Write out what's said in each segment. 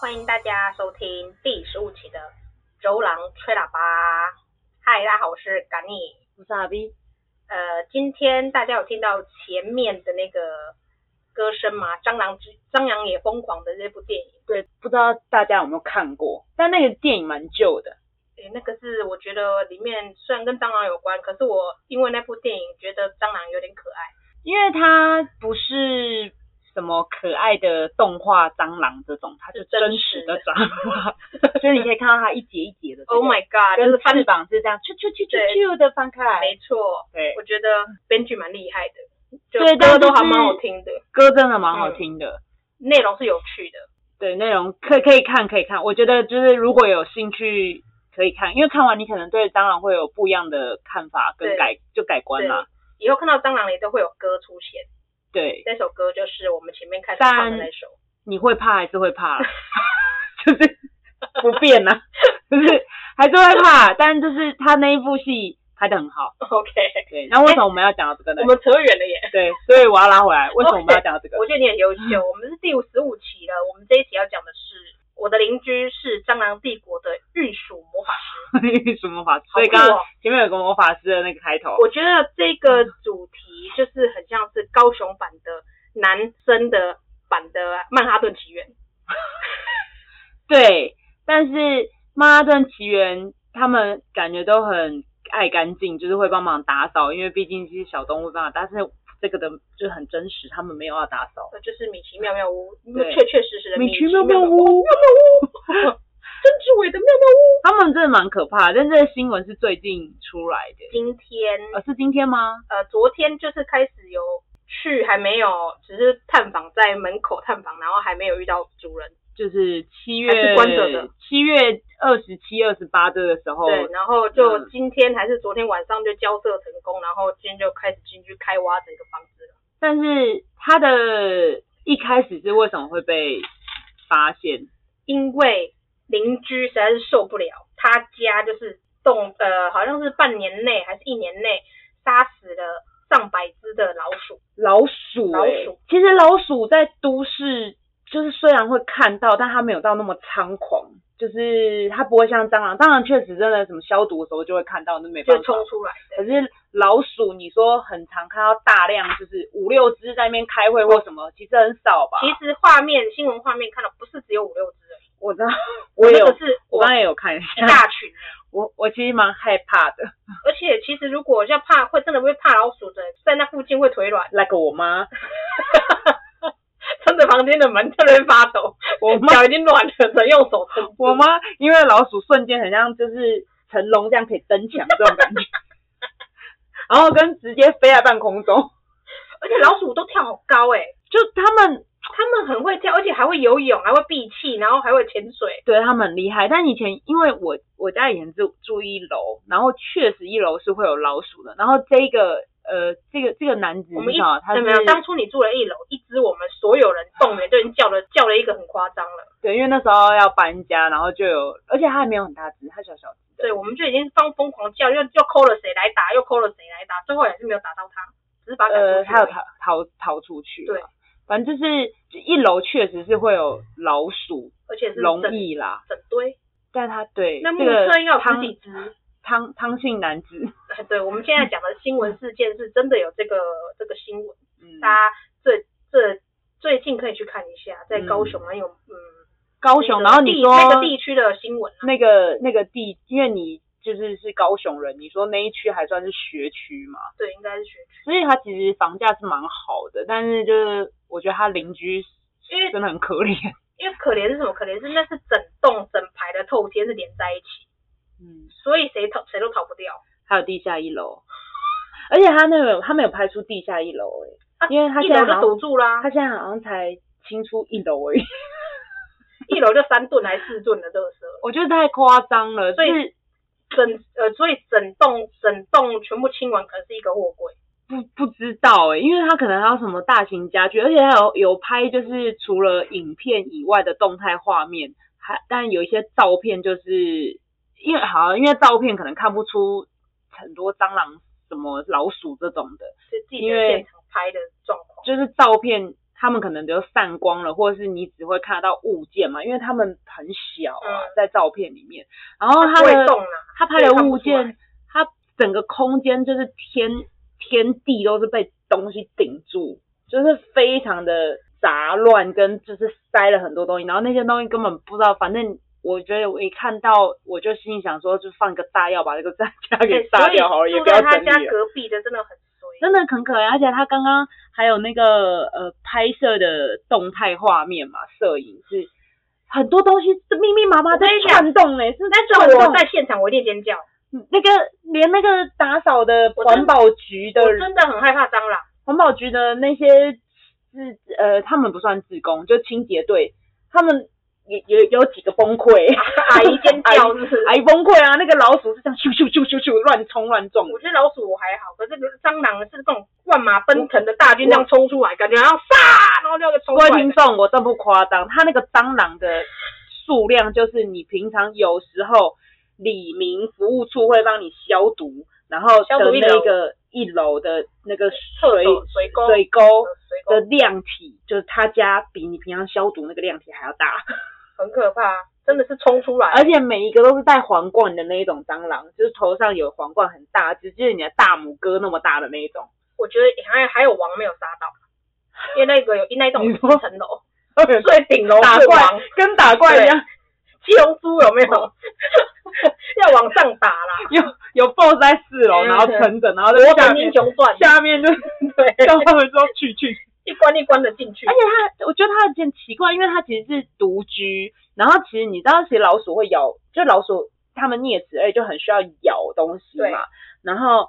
欢迎大家收听第十五期的《走廊吹喇叭》。嗨，大家好，我是甘尼。我是阿 B，呃，今天大家有听到前面的那个歌声吗？蟑螂之蟑螂也疯狂的这部电影，对，不知道大家有没有看过？但那个电影蛮旧的，诶，那个是我觉得里面虽然跟蟑螂有关，可是我因为那部电影觉得蟑螂有点可爱。因为它不是什么可爱的动画蟑螂这种，它是真实的蟑螂， 所以你可以看到它一节一节的这个、 Oh my god！就跟是翻翅膀是这样，啾啾啾啾啾的翻开来，没错，对，我觉得编剧蛮厉害的，就对但歌都就是还蛮好听的，歌真的蛮好听的。内容是有趣的。对，内容可可以看，可以看。我觉得就是如果有兴趣可以看，因为看完你可能对蟑螂会有不一样的看法对跟改就改观对啦。，以后看到蟑螂也都会有歌出现，对，这首歌就是我们前面开始唱的那首。你会怕还是会怕 啦，就是不变呐、就是还是会怕，但就是他那一部戏拍的很好。 OK，对，那为什么我们要讲到这个呢哎我？们扯哦远了耶。对，所以我要拉回来，为什么我们要讲到这个？ 我觉得你很优秀，我们是第五十五期了，我们这一期要讲的是我的邻居是蟑螂帝国的御鼠魔法师。什么法师？好所以酷刚刚哦！前面有个魔法师的那个开头，我觉得这个主题就是很像是高雄版的男生的版的曼哈顿奇缘。对，但是《曼哈顿奇缘》他们感觉都很爱干净，就是会帮忙打扫，因为毕竟这些小动物帮忙，但是这个的就很真实，他们没有要打扫。呃，就是米奇妙妙屋，对确确实实的米奇奇妙妙妙屋， 屋，曾志伟的妙妙屋。他们真的蛮可怕的，但这个新闻是最近出来的，今天呃，是今天吗？呃，昨天就是开始有去，还没有，只是探访在门口探访，然后还没有遇到主人。就是七还是月关着的七月二十七、二十八这个时候，对，然后就哦嗯今天还是昨天晚上就交涉成功，然后今天就开始进去开挖整个房子了。但是他的一开始是为什么会被发现？因为邻居实在是受不了，他家就是动呃，好像是半年内还是一年内杀死了上百只的老鼠。老鼠、老欸鼠其实老鼠在都市就是虽然会看到，但它没有到那么猖狂，就是它不会像蟑螂。蟑螂确实真的什么消毒的时候就会看到，那没办就法。冲出来的，可是老鼠，你说很常看到大量，就是五六只在那边开会或什么，其实很少吧？其实画面新闻画面看到不是只有五六只而已，我知道，我也那有个，是我我刚才也有看一一 下，大群欸，我我其实蛮害怕的，而且其实如果要怕会真的会怕老鼠的，在那附近会腿软， 那个我妈，撑着房间的门在那边发抖，我妈脚已经软了，只能用手撑住。 我妈，因为老鼠瞬间很像就是成龙这样可以蹬墙这种感 觉，然后跟直接飞在半空中，而且老鼠都跳好高哎、就他们他们很会跳，而且还会游泳，还会闭气，然后还会潜水。对他们很厉害，但以前因为我我家以前住住一楼，然后确实一楼是会有老鼠的，然后这一个呃这个这个男子我们你一知道他对是没有，当初你住了一楼，一只我们所有人动 员都已经叫了叫了一个很夸张了，对，因为那时候要搬家，然后就有，而且他还没有很大只，他小小只对，我们就已经放疯狂叫，又又抠了谁来打，又抠了谁来打，最后也是没有打到他，只是把他赶呃，出去他有而已逃逃逃出去，对，反正就是就一楼确实是会有老鼠、而且是龙整翼啦，整堆。但他对那目这个测应该有十汤几只。汤汤姓男子，呃对，我们现在讲的新闻事件是真的有这个这个新闻，嗯大家这这最近可以去看一下，在高雄还有嗯高雄，那个然后你地说那个地区的新闻啊，那个那个地，因为你就是是高雄人，你说那一区还算是学区嘛，啊对，应该是学区，所以它其实房价是蛮好的，但是就是我觉得他邻居因为真的很可怜，因为可怜是什么？可怜是那是整栋整排的透天是连在一起，嗯，所以谁逃谁都逃不掉。还有地下一楼，而且他那个他没有拍出地下一楼哎、啊因为他一现在楼好就像堵住啦他，现在好像才清出一楼而已，一楼就三吨还是四吨的热色，我觉得太夸张了，所以就是整呃，所以整栋整栋全部清完，可能是一个货柜。不不知道哎、因为他可能还有什么大型家具，而且还有有拍就是除了影片以外的动态画面，还但有一些照片就是因为好啊像因为照片可能看不出很多蟑螂、什么老鼠这种的，就记者因为现场拍的状况。就是照片他们可能就散光了，或者是你只会看得到物件嘛，因为他们很小啊，嗯在照片里面。然后它他不会的动啊他拍的所以看不物出来件，它整个空间就是天天地都是被东西顶住，就是非常的杂乱，跟就是塞了很多东西，然后那些东西根本不知道，反正。我觉得我一看到，我就心里想说，就放一个炸药把这个炸家哎给炸掉好所了，以也住不要在他整家理了。隔壁的真的很衰，真的很可爱，而且他刚刚还有那个呃拍摄的动态画面嘛，摄影是很多东西是密密麻麻我在跟你讲转动欸嘞、是那转种动我在现场我一定尖叫，那个连那个打扫的我真环保局的我真的很害怕蟑 螂。环保局的那些自呃，他们不算自工，就清洁队，他们也有有几个崩溃，阿姨尖叫是不是 阿姨崩溃啊！那个老鼠是这样咻咻咻咻咻乱冲乱撞，我觉得老鼠我还好，可是蟑螂是那种万马奔腾的大军这样冲出来，感觉好像杀，然后就要冲各出来位听的。众，我真不夸张，它那个蟑螂的数量就是你平常有时候李明服务处会帮你消毒，然后消毒的一那楼个一楼的那个厕水所水沟水沟水的沟量体，就是他家比你平常消毒那个量体还要大，很可怕，真的是冲出来。而且每一个都是戴皇冠的那一种蟑螂，就是头上有皇冠很大，只就是你的大拇哥那么大的那一 种。我觉得还还有王没有杀到，因为那个有那一种你四说层楼最顶楼打最王怪，跟打怪一样，七龙珠有没 有？要往上打啦，有有 BOSS 在四楼，然后撑着，然后在《下神面英雄传》下面就对，叫他们说去去一关一关的进去而。且它，我觉得它有点奇怪，因为它其实是独居，然后其实你知道，其实老鼠会咬，就老鼠它们啮齿类就很需要咬东西对嘛。然后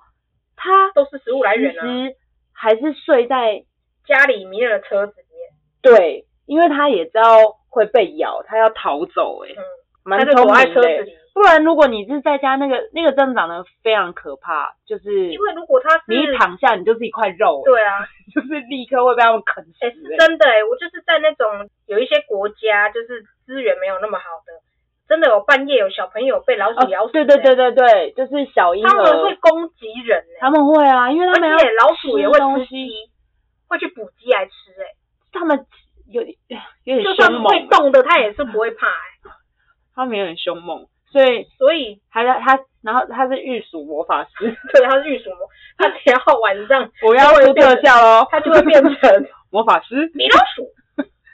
它都是食物来源其啊，实还是睡在家里迷人的车子里面，对，因为它也知道会被咬，它要逃走、欸，哎、嗯蛮它就聪躲在明车的子欸、里。不然如果你是在家，那个那个真的长得非常可怕，就是因为如果它是你一躺下，你就是一块肉、欸，对啊， 就是立刻会被它们啃死、哎、欸。是真的哎、我就是在那种有一些国家，就是资源没有那么好的，真的有半夜有小朋友被老哦鼠咬死、对对，对对对，就是小婴儿，他们会攻击人哎、他们会啊，因为他们要而且老鼠也会东吃西，鸡，会去捕鸡来吃哎、他们有点有就点算凶会猛，动的它也是不会怕哎、他们有点凶猛，所以所以还在他，然后他是御鼠魔法师，对它是御鼠魔，它只要晚 上我要出特效喽，它就会 变成魔法师米老鼠，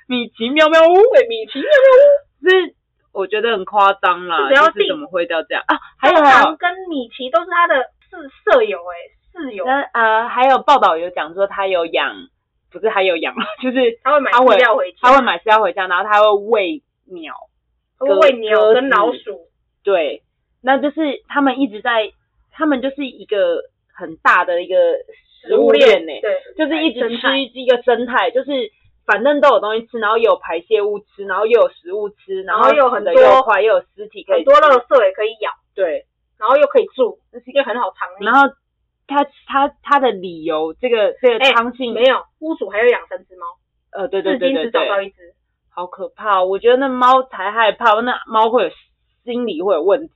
米奇妙妙屋，对米奇妙妙是我觉得很夸张啦，只要就是定怎么会到这样啊？还有屋，还蟑有螂，跟米奇都是它的室舍友哎、室友，那呃还有报道有讲说他有养，不是还有养，啊 就是它会买他饲会料回家，他会买饲料回家，然后他会喂鸟。它会喂鸽牛鸽跟老子鼠。对，那就是他们一直在，他们就是一个很大的一个食物链呢、欸对，就是一直生态吃一个生态，就是反正都有东西吃，然后有排泄物吃，然后又有食物吃，然然后后又很死的多又快，又有尸体可很以多吃垃圾也可以咬，对，然后又可以住，这是一个很好藏匿。然后他他他的理由，这个这个哎汤信、没有，屋主还有养三只猫，呃对对至对今只对找到对，一只。好可怕、哦，我觉得那猫才害怕，那猫会有心理会有问题，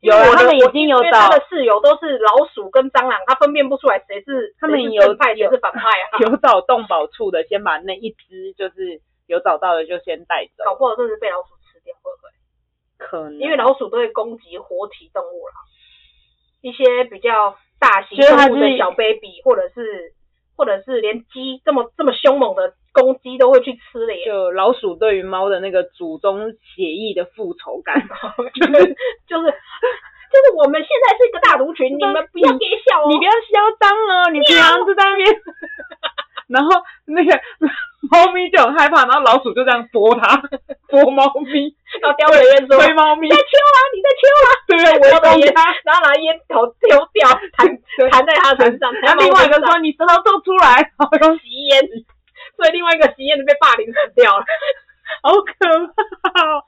有因为啊，我他的们已经有因为找他的室友都是老鼠跟蟑螂，他分辨不出来谁是他们谁是有正派谁是反派啊，有找动保处的，先把那一只就是有找到的就先带走，搞不好真的是被老鼠吃掉，会不会？可能因为老鼠都会攻击活体动物啦，一些比较大型所以它动物的是小 baby，或者是或者是连鸡这么这么凶猛的公鸡都会去吃的耶。就老鼠对于猫的那个祖宗血意的复仇感，就是就是就是我们现在是一个大族群，你们不要给笑哦。你不要嚣张了，你平常就在那边，然后那个猫咪就很害怕，然后老鼠就这样拨它，拨猫咪，然后叼着烟说：“推猫咪你在，秋啊，你在秋啊对，我叼着动烟它。，然后拿烟头丢掉，弹对弹在他身上。 然后另外一个说：“你舌头吐出来，好说吸烟，所以另外一个吸烟的被霸凌死掉了。好可怕、哦，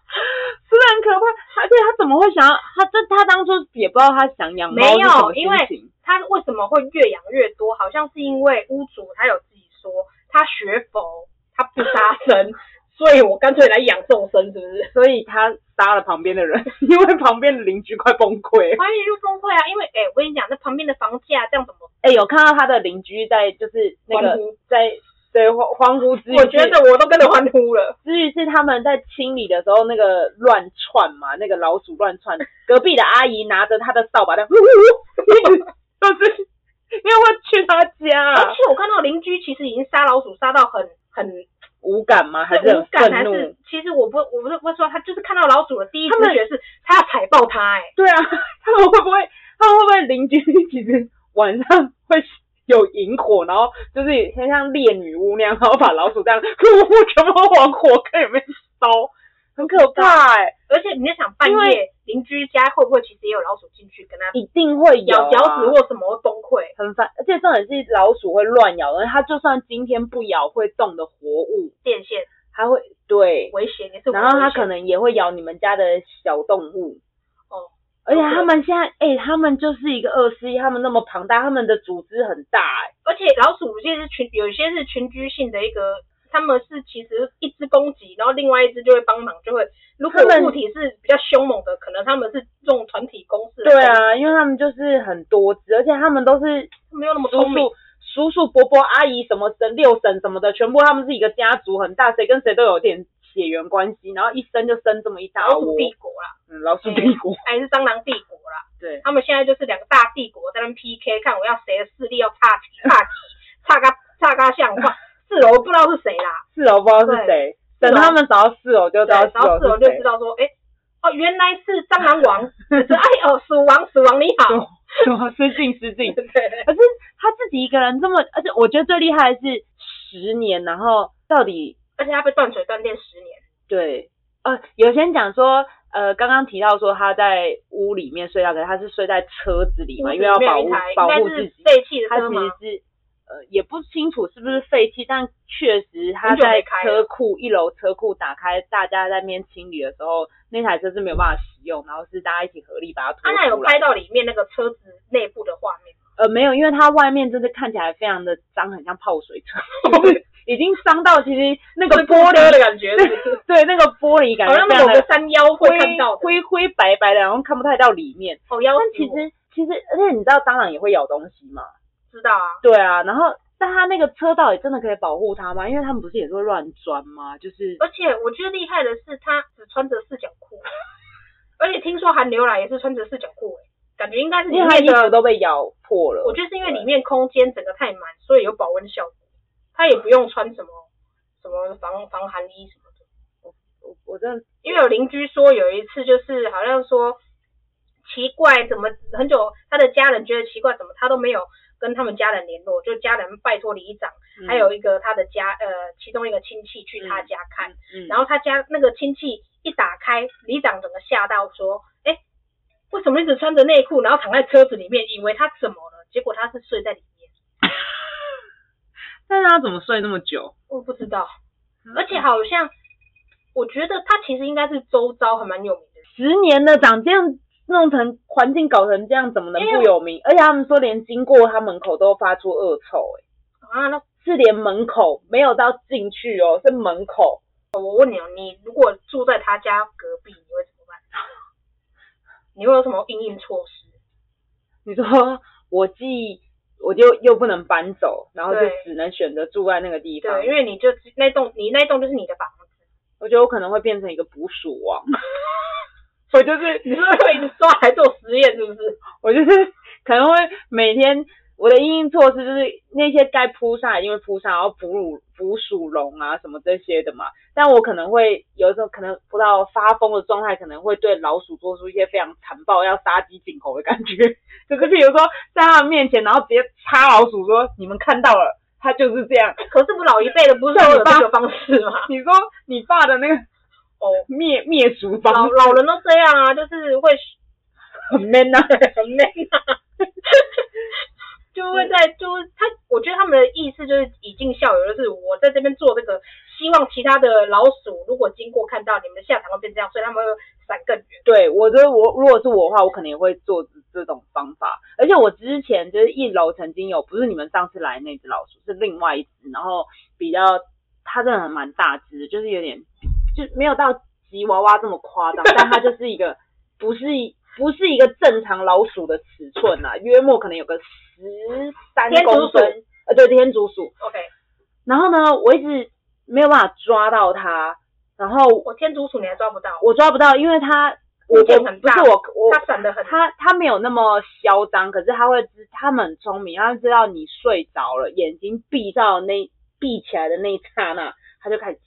是不是很可怕？而且他怎么会想要？他这他当初也不知道他想养猫没有是什么因为心情。他为什么会越养越多？好像是因为屋主他有自己说，他学佛，他不杀 生，所以我干脆来养众生，是不是？所以他杀了旁边的人， 因为旁边的邻居快崩溃。关于就崩溃啊，因为哎、我跟你讲，那旁边的房价这样怎么哎、有看到他的邻居在就是那欢个呼在对，荒荒芜之余我觉是得我都跟着欢呼 了。至于是他们在清理的时候那个乱窜嘛，那个老鼠乱 窜，隔壁的阿姨拿着她的扫把在， 就是因为会去她而家，且我看到邻居其实已经杀老鼠杀到很很 无感吗？还对是无很感，还愤是怒？其实我不我不是不是说他就是看到老鼠的第一直他们觉是他要踩爆它哎、对啊， 他们会不会，他们会不会邻居其实晚上会有萤火，然后就是很像猎女巫那样，然后把老鼠这样全部往火坑里面烧，很可怕哎、而且你在想半因夜为邻居家会不会其实也有老鼠进去跟他一定会有、咬啊、脚趾或什么会崩溃？很烦，而且重点是老鼠会乱咬，而它就算今天不咬会动的活物，电线它会对，危险也是很危险，然后它可能也会咬你们家的小动物。哦，而且有可能他们现在，哎、他们就是一个二十一，他们那么庞大，他们的组织很大、哎，而且老鼠有些是群，有些是群居性的一个，他们是其实一只攻击，然后另外一只就会帮忙，就会如果它们物体是比较凶猛的，可能他们是这种团体攻势。对，啊，因为他们就是很多只，而且他们都是没有那么叔聪明。叔、叔叔、伯伯、阿姨什么婶、六婶什么的，全部他们是一个家族很大，谁跟谁都有点血缘关系，然后一生就生这么一大老窝鼠，帝国啦，嗯，老鼠哎帝国，还是蟑螂帝国啦，对。他们现在就是两个大帝国在那边 PK，看我要谁的势力要差几 差几，差个差个像话。四楼不知道是谁啦，四楼不知道是谁，对等他们找到四楼就知对道，然后四楼楼就是知 谁。道说，哎、哦，原来是蟑螂 王，说哎哦，鼠王，鼠王你好，什么失敬失敬？对，可是他自己一个人这么，而且我觉得最厉害的是十年，然后到底而且他被断水断电十年。对呃，有些人讲说。呃，刚刚提到说他在屋里面睡觉，可是他是睡在车子里嘛，因为要保护保护自己。废弃的他车其吗实？是呃也不清楚是不是废弃，但确实他很久没在开了车库一楼车库打开，大家在那边清理的时候，那台车是没有办法使用，然后是大家一起合力把它拖安娜有出来。拍到里啊面那个车子内部的画面吗，呃，没有，因为它外面真的看起来非常的脏，很像泡水车， 就是已经脏到其实 那个玻璃，的感觉对对，那个玻璃 感好像觉非那种常个的山腰会灰看 到的，灰灰白白的，然后看不太到里面。哦，腰但其实其实，而且你知道蟑螂也会咬东西吗？知道啊，对啊，然后但他那个车到底真的可以保护他吗？因为他们不是也是会乱钻吗？就是而且我觉得厉害的是他只穿着四角裤， 而且听说韩流来也是穿着四角裤，哎，感觉应该是里因为他面衣服的，都被咬破了。我觉得是因为里面空间整个太满，所以有保温效果，他也不用穿什么什么防防寒衣什么的。我我真的因为有邻居说有一次就是好像说奇怪，怎么很久他的家人觉得奇怪，怎么他都没有跟他们家人联络，就家人拜托里长，嗯还有一个他的家呃其中一个亲戚去他家看，嗯然后他家那个亲戚一打开，里长整个吓到说，哎，为什么一直穿着内裤，然后躺在车子里面，以为他怎么了，结果他是睡在里面，但是他怎么睡那么久？我不知道，而且好像我觉得他其实应该是周遭还蛮有名的人。十年了，长这样弄成环境搞成这样，怎么能因为不有名？而且他们说连经过他门口都发出恶臭、欸，啊，那是连门口没有到进去哦，是门口。我问你哦，你如果住在他家隔壁，你会怎么办？ 你会有什么应应措施？你说 我既我就又不能搬走，然后就对只能选择住在那个地方对，。因为你就那栋，你那栋就是你的房子，我觉得我可能会变成一个捕鼠王， 我就是你是不是会一直抓来做实验，是不是？我就是可能会每天我的应应措施就是那些该扑杀一定会扑杀，然后哺乳捕鼠笼啊什么这些的嘛。但我可能会有时候可能不到发疯的状态，可能会对老鼠做出一些非常残暴要杀鸡儆猴的感觉。 就是比如说在他们面前，然后直接插老鼠说：“你们看到了，它就是这样。可是不老一辈的不是都有这个方式吗？”你说你爸的那个哦，灭灭鼠方老老人都这样啊，就是会很 man 啊，很累啊， 就会在就是他，我觉得他们的意思就是以儆效尤，就是我在这边做这个，希望其他的老鼠如果经过看到你们的下场会变这样，所以他们会闪更远。对，我觉得我如果是我的话，我可能也会做这种方法。而且我之前就是一楼曾经有，不是你们上次来那只老鼠，是另外一只，然后比较它真的还蛮大只的，就是有点就没有到吉娃娃这么夸张，但它就是一个不是一不是一个正常老鼠的尺寸啊，约莫可能有个十三天竺公鼠分，呃，对，天竺鼠。 OK，然后呢，我一直没有办法抓到它，然后我天竺鼠你还抓不到，我抓不到，因为它我眼睛我很不是大我我它闪得很他他没有那么嚣张，可是他会知，他们很聪明，他会知道你睡着了，眼睛闭到那闭起来的那一刹那，他就开始，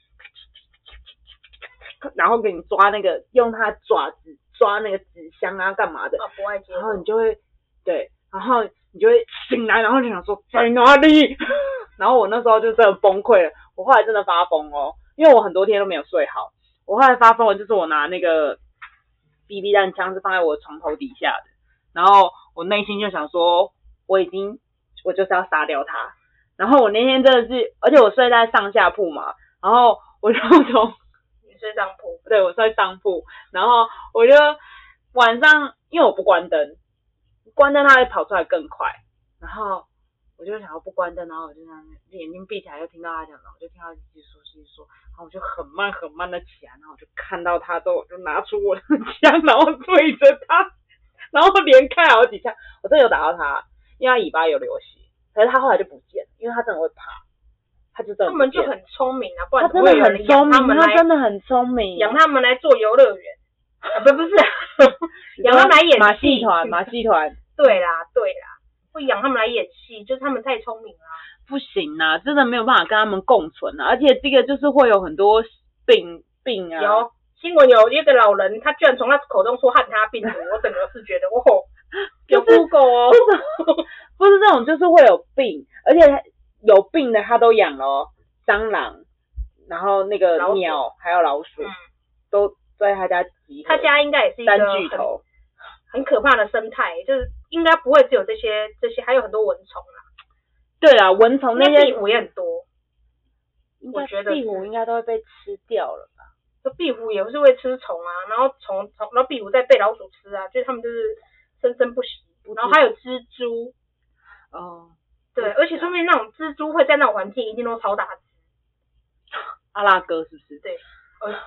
然后给你抓那个用他爪子抓那个纸箱啊，干嘛的，哦，不爱接然后触你就会对，然后你就会醒来，然后就想说在哪里， 然后我那时候就真的崩溃了，我后来真的发疯哦，因为我很多天都没有睡好，我后来发疯了，就是我拿那个 BB 弹枪是放在我床头底下的，然后我内心就想说我已经我就是要杀掉他，然后我那天真的是，而且我睡在上下铺嘛，然后我就从你睡上铺，对我睡上铺，然后我就晚上因为我不关灯，关灯它会跑出来更快，然后我就想要不关灯，然后我就这样眼睛闭起来，就听到它讲，然后我就听到它继续说继续说，然后我就很慢很慢的起来，然后我就看到它之后，我就拿出我的枪，然后对着它，然后连开好几枪，我真的有打到它，因为它尾巴有流血，可是它后来就不见了，因为它真的会爬，它就真的他们不见就了很聪明啊，不它然怎真么的会有人很聪养他明，们它来真的很聪明，养他们来做游乐园？啊，不不 是，养他们来演戏马戏团，马戏团对啦对啦，会养他们来演戏，就是他们太聪明了啊。不行啊，真的没有办法跟他们共存啊，而且这个就是会有很多病病啊，有新闻有一个老人，他居然从他口中说汉他病毒，我整个是觉得哇，哦 有就是 Google 哦不，是不是这种，就是会有病，而且有病的他都养了哦，蟑螂，然后那个老鼠鸟还有老鼠、嗯都在他家集合，他家应该也是一个三很巨头，很可怕的生态，就是应该不会只有这些这些，还有很多蚊虫啦，对啊，蚊虫那那壁些虎也很多，应我该觉得壁虎应该都会被吃掉了吧？就壁虎也是会吃虫啊，然后虫虫，然后壁虎再被老鼠吃啊，就是他们就是生生不息不。然后还有蜘蛛，哦，对，不而且说明那种蜘蛛会在那种环境一定都超大只，阿拉哥是不是？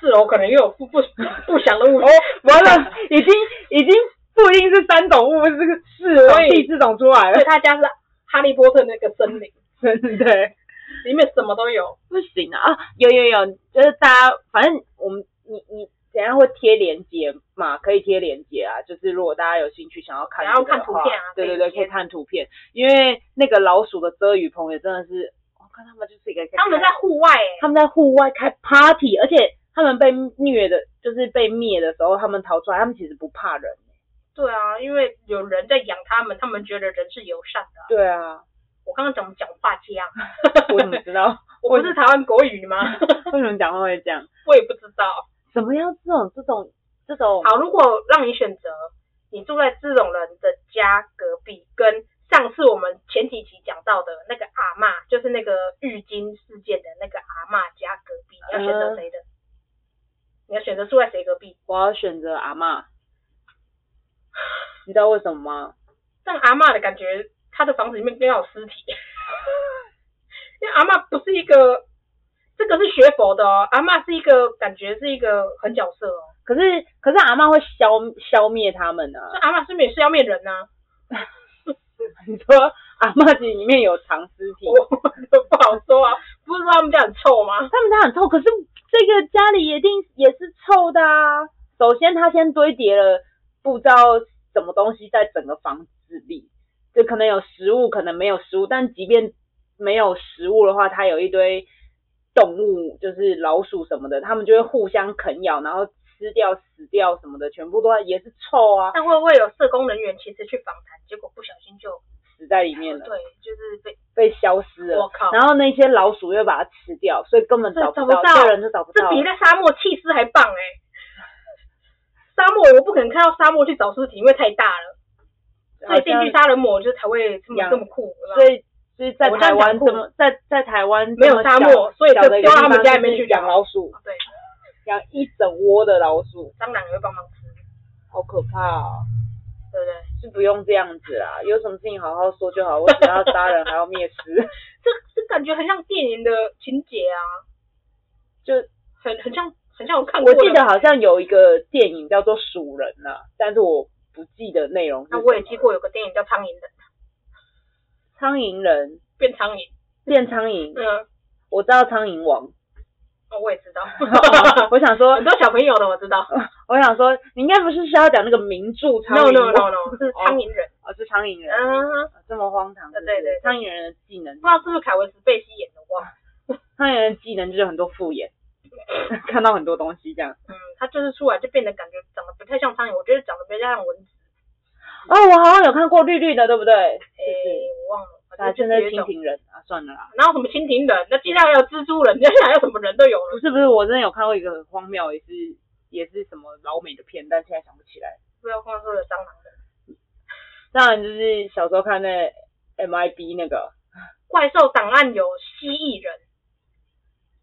四楼可能又有不不不祥的物哦，完了，已经已经不一定是三种物，是四种所以第四种出来所以了，他家是哈利波特那个森林，对， 里面什么都有。不行啊！啊有有有，就是大家，反正我们你你等一下会贴链接嘛，可以贴链接啊，就是如果大家有兴趣想要看想要这个的看图话片啊对可对以对，可以贴看图片，因为那个老鼠的遮雨棚也真的是，我看他们就是一个 他们在户外、欸，他们在户外开 party，而且他们被虐的，就是被灭的时候，他们逃出来，他们其实不怕人。对啊，因为有人在养他们，他们觉得人是友善的啊。对啊，我刚刚怎么讲话这样？ 我怎么知道？我不是台湾国语吗？ 为什么讲话会这样？我也不知道。怎么样这种这种这种好，如果让你选择，你住在这种人的家隔壁，跟上次我们前几集讲到的那个阿嬷，就是那个浴巾事件的那个阿嬷家隔壁，你要选择谁的？你要选择住在谁隔壁？我要选择阿嬷。你知道为什么吗？但阿嬷的感觉，她的房子里面应该有尸体， 因为阿嬷不是一个，这个是学佛的哦，阿嬷是一个感觉是一个很角色哦，可是可是阿嬷会消消灭他们呢、啊那阿嬷是不是也是要面人啊呐、 你说阿嬷里里面有藏尸 体，我不好说啊，不是说他们家很臭吗？他们家很臭，可是这个家里一定也是臭的啊。首先，他先堆叠了不知道什么东西在整个房子里，就可能有食物，可能没有食物，但即便没有食物的话，它有一堆动物，就是老鼠什么的，它们就会互相啃咬，然后吃掉、死掉什么的，全部都也是臭啊，但会不会有社工人员其实去访谈，结果不小心就死在里面了，对，就是被被消失我了。靠，然后那些老鼠又把它吃掉，所以根本对找不找到，不到这人就找不到这了。比在沙漠弃尸还棒哎、沙漠我不可能看到沙漠去找尸体，因为太大了，所好以进像去杀人魔就才会这么养这么酷，对吧所以所以在我这样台湾讲这么在在台湾没有这么沙小漠所以小就的一丢个到他们地方家里面就是去养老鼠，对，养一整窝的老鼠，蟑螂也会帮忙吃，好可怕哦！对不对？是不用这样子啦，有什么事情好好说就好，为什么要杀人还要灭尸？这这感觉很像电影的情节啊，就很很像很像我 看过我的。记得好像有一个电影叫做《鼠人》呐，但是我不记得内容是那什么。我也记过有个电影叫《苍蝇人》，苍蝇人，变苍蝇，练苍蝇，嗯，我知道苍蝇 王，，哦我也知道 我想说很，多小朋友的我知道。我想说，你应该不是是要讲那个名著《苍 No 蝇 no 王》 no no，是苍蝇人。哦，是苍蝇人，嗯，啊这么荒唐，是不是对对对苍蝇人的技能不知道是不是凯文·史贝西演的，我忘了。苍蝇人的技能就是很多复眼， 看到很多东西这样。嗯，他就是出来就变得感觉长得不太像苍蝇，我觉得长得比较像蚊子。哦，我好像有看过绿绿的，对不对？哎、我忘了，反啊，正就是现在有一蜻种。蜓人啊，算了啦，然后什么蜻蜓人，那接下来还有蜘蛛人，接 下来还有什么人都有不了。是不是，我真的有看过一个很荒谬，也是也是什么老美的片，但现在想不起来。不要光说有蟑螂人，当然就是小时候看那 MIB 那个，怪兽档案有蜥蜴人。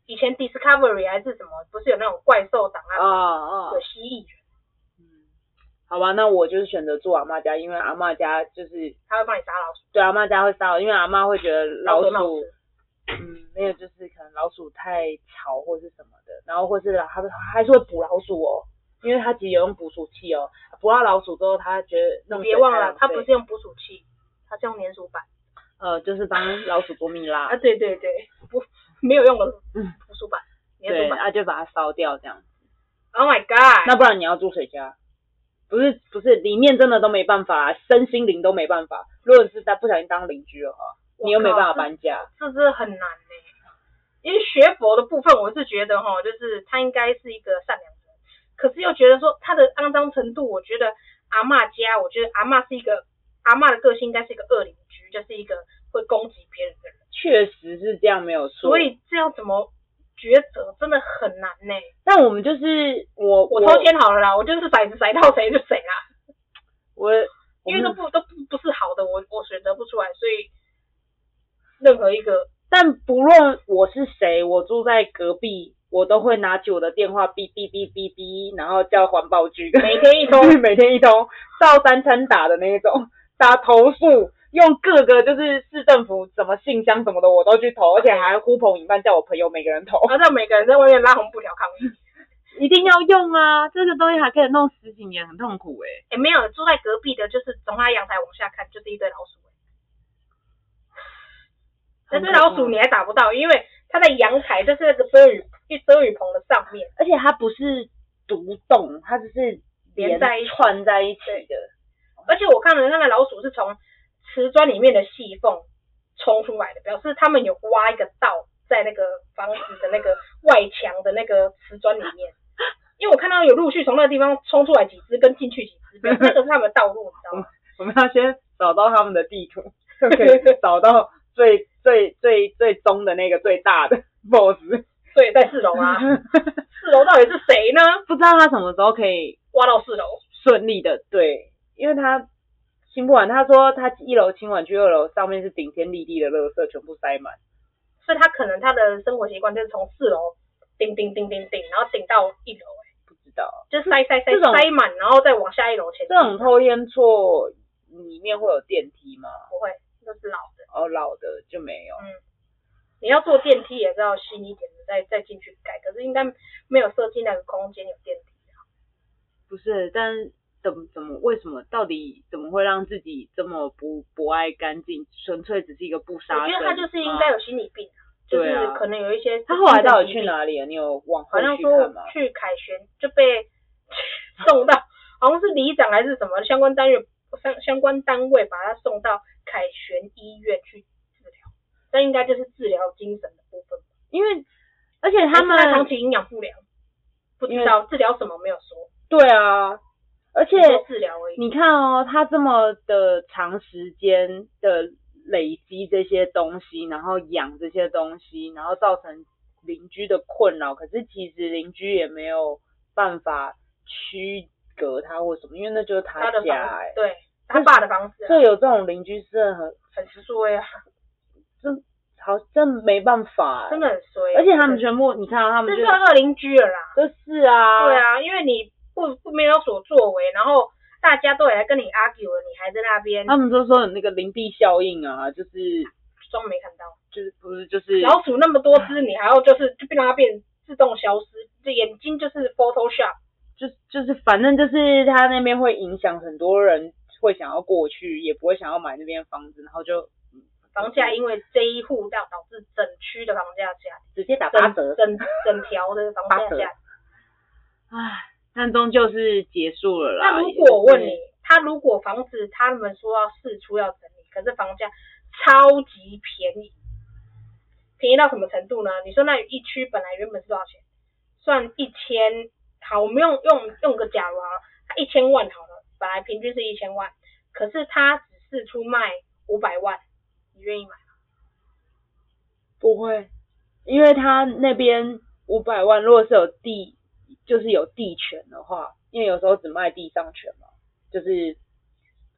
以前 Discovery 还是什么，不是有那种怪兽档啊案、啊，有蜥蜴人，嗯，好吧，那我就是选择住阿妈家，因为阿妈家就是他会帮你杀老鼠，哦对阿妈家会骚扰，因为阿妈会觉得老很好鼠，吃嗯，没有就是可能老鼠太吵或是什么的，然后或是他还是会捕老鼠哦，因为他其实有用捕鼠器哦，捕到老鼠之后，他觉得弄你得别忘太了浪，他费不是用捕鼠器，他是用粘鼠板。呃，就是帮老鼠 做蜜蜡啊，，对对对，不没有用的嗯捕鼠板，粘对，鼠板。啊就把它烧掉这样。 Oh my god！那不然你要住谁家？不是不是，里面真的都没办法、啊身心灵都没办法。如果是在不小心当邻居的话，我你又没靠办法这搬 家。这真的很难呢、因为学佛的部分，我是觉得哈，就是他应该是一个善良的人，可是又觉得说他的肮脏程度，我觉得阿嬷家，我觉得阿嬷是一个阿嬷的个性应该是一个恶邻居，就是一个会攻击别人的人，确实是这样，没有错。所，以这要怎么抉择真的很难呢、但我们就是我我抽签好了啦，我就是骰子骰到谁就谁啦，我，我因为们都不都不不是好的，我我选择不出来，所以任何一个但不论我是谁，我住在隔壁，我都会拿起我的电话哔哔哔哔哔，然后叫环保 局，每天一通每天一通，照三餐打的那一种， 打投诉，用各个就是市政府什么信箱什么的我都去投，而且还呼朋引伴叫我朋友每个人投，然后让每个人在外面拉红布条抗议。 一定要用啊！这个东西还可以弄十几年，很痛苦哎、也、没有住在隔壁的，就是从他阳台往下看，就是一堆老鼠、欸。但是老鼠你还打不到，因为它在阳台，就是那个遮雨一遮雨棚的上面。而且它不是独栋，它只是连在一起串在一起的。而且我看了那个老鼠是从瓷砖里面的细缝冲出来的，表示他们有挖一个道在那个房子的那个外墙的那个瓷砖里面。因为我看到有陆续从那个地方冲出来几只，跟进去几只，表示那个是他们的道路，你知道吗？我们要先找到他们的地图，就可以找到最最最最终的那个最大的 BOSS。对，在四楼啊， 四楼到底是谁呢？不知道他什么时候可以挖到四楼，顺利的 对，因为他清不完，他说他一楼清完去二楼，上面是顶天立地的垃圾，全部塞满。所以他可能他的生活习惯就是从四楼顶顶顶顶顶，然后顶到一楼，不知道就塞塞塞这种塞满，然后再往下一楼前进。这种偷天错里面会有电梯吗？不会，那是老的。哦，老的就没有。你要坐电梯也是要新一点的，再再进去盖。可是应该没有设计那个空间有电梯。不是，但是怎么怎么为什么到底怎么会让自己这么不不爱干净？纯粹只是一个不我杀觉生。得他就是应啊该有心理病啊，就对是啊可能有一些。他后来到底去？哪里了？你有往后好像去说看吗？去凯旋就被送到，好像是里长还是什么相关单位相相关单位把他送到凯旋医院去治疗，那应该就是治疗精神的部分吧。因为而且他还是哎长们期营养不良，不知道治疗什么没有说，对啊，而且只说治疗而已。你看哦，他这么的长时间的累积这些东西，然后养这些东西，然后造成邻居的困扰，可是其实邻居也没有办法区隔他或什么，因为那就是他的家、房欸子，。对他爸的房子啊这有这种邻居是很很衰啊，真好真没办法、欸，真的。很衰。而且他们全部，你看、啊、他这们就算恶邻居了啦。就是啊，对啊，因为你不不没有所作为，然后大家都也来跟你 argue 了，你还在那边他们都说有那个邻避效应啊，就是装没看到。就是不是就是老鼠那么多只，你还要就是就让它变自动消失，这眼睛就是 Photoshop。就就是反正就是他那边会影响很多人会想要过去，也不会想要买那边房子，然后就嗯房价因为这一户让导致整区的房价下直接打整八折，整整条的房价八折下。唉，但终究是结束了啦。那如果我问也你就是，，他如果房子他们说要试出要整理，可是房价超级便宜，便宜到什么程度呢？你说那一区本来原本是多少钱？算一千，好，我们用用用个假如啊，一千万好了，本来平均是一千万，可是他只试出卖五百万，你愿意买？不会，因为他那边五百万，如果是有地，就是有地权的话，因为有时候只卖地上权嘛，就是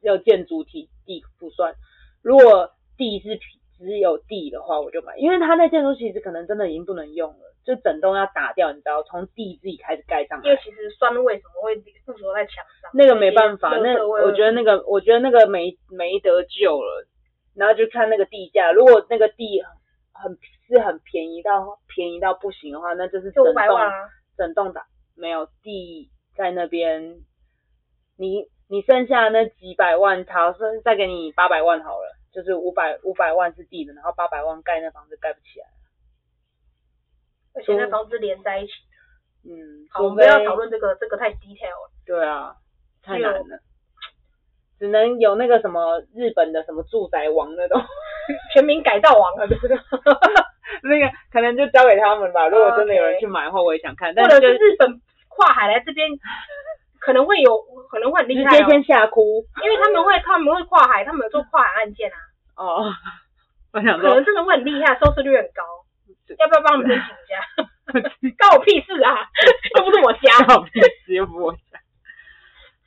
有建筑体地不算。如果地是只有地的话，我就买，因为他那建筑其实可能真的已经不能用了，就整栋要打掉，你知道，从地自己开始盖上因为来。其实酸为什么会附着在墙上？那个没办法，垃圾那味我觉得那个，我觉得那个没没得救了。然后就看那个地价，如果那个地很是很便宜到便宜到不行的话，那就是就整五栋百万啊，整栋打没有地在那边，你你剩下那几百万，好，剩再给你八百万好了，就是五百五百万是地的，然后八百万盖那房子盖不起来。而且那房子连在一起。嗯，好，我除们不要非讨论这个，这个太 detail 了。对啊，太只有难了，只能有那个什么日本的什么住宅王那种， 全民改造啊王，那个可能就交给他们吧。如果真的有人 OK 去买的话，我也想看，但或者就是日本跨海来这边，可能会有，可能会很厉直害、接哦，先吓哭因为他们会，他们会跨海，他们有做跨海案件啊，哦。 我想可说 能，真的会很厉害，收视率很高这。要不要帮我们申请一 下？关我屁事啊！又不是我家。好意思又不我讲，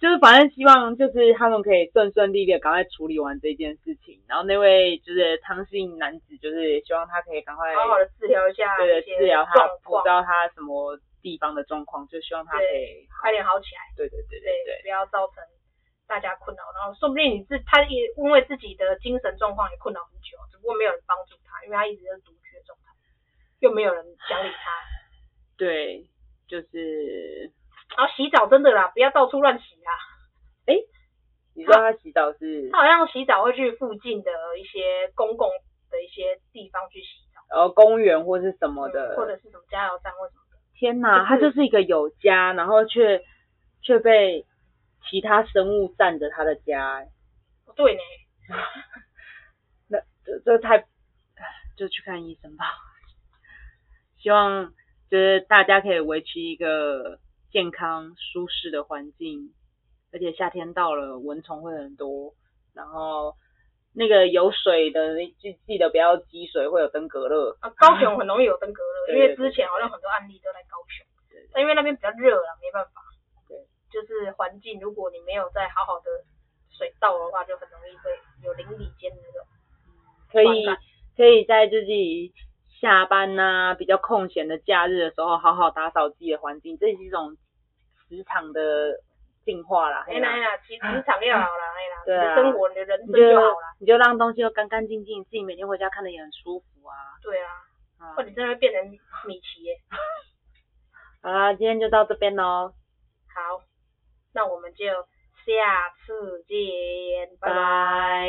就是反正希望就是他们可以顺顺利利地赶快处理完这件事情。然后那位就是汤姓男子，就是希望他可以赶快好好的治疗一下对一的些治疗他状，不况知，道他什么地方的状况，就希望他可以快点好起来，对对对对对，对。不要造成大家困扰。然后说不定你自他也因为自己的精神状况也困扰很久，只不过没有人帮助他，因为他一直是独居的状态，又没有人想理他。对，就是然后洗澡真的啦，不要到处乱洗啦。啊你说他洗澡是他好像洗澡会去附近的一些公共的一些地方去洗澡，呃公园或是什么的，嗯或者是什么加油站或什么的。天就哪，是他就是一个有家，然后却却被其他生物占着他的家、欸不对呢，那这这太，唉就去看医生吧。 希望就是大家可以维持一个健康舒适的环境，而且夏天到了，蚊虫会很多，然后那个有水的就记得不要积水，会有登革热。啊，高雄很容易有登革热， 对因为之前好像很多案例都在高雄，但因为那边比较热了，没办法。对，就是环境，如果你没有再好好的水道的话，就很容易会有邻里间的那种。可以观感可以在自己下班呐、比较空闲的假日的时候，好好打扫自己的环境，这是一种职场的进化啦。哎嘿呀啦哎呀，其实职场要好啦，哎呀，你对啊的生活、你的人你生就就好啦。你就让东西都干干净净，自己每天回家看的也很舒服啊。对啊，啊或者真的会变成米奇耶。好啦，今天就到这边喽，好，那我们就下次见，拜拜。拜。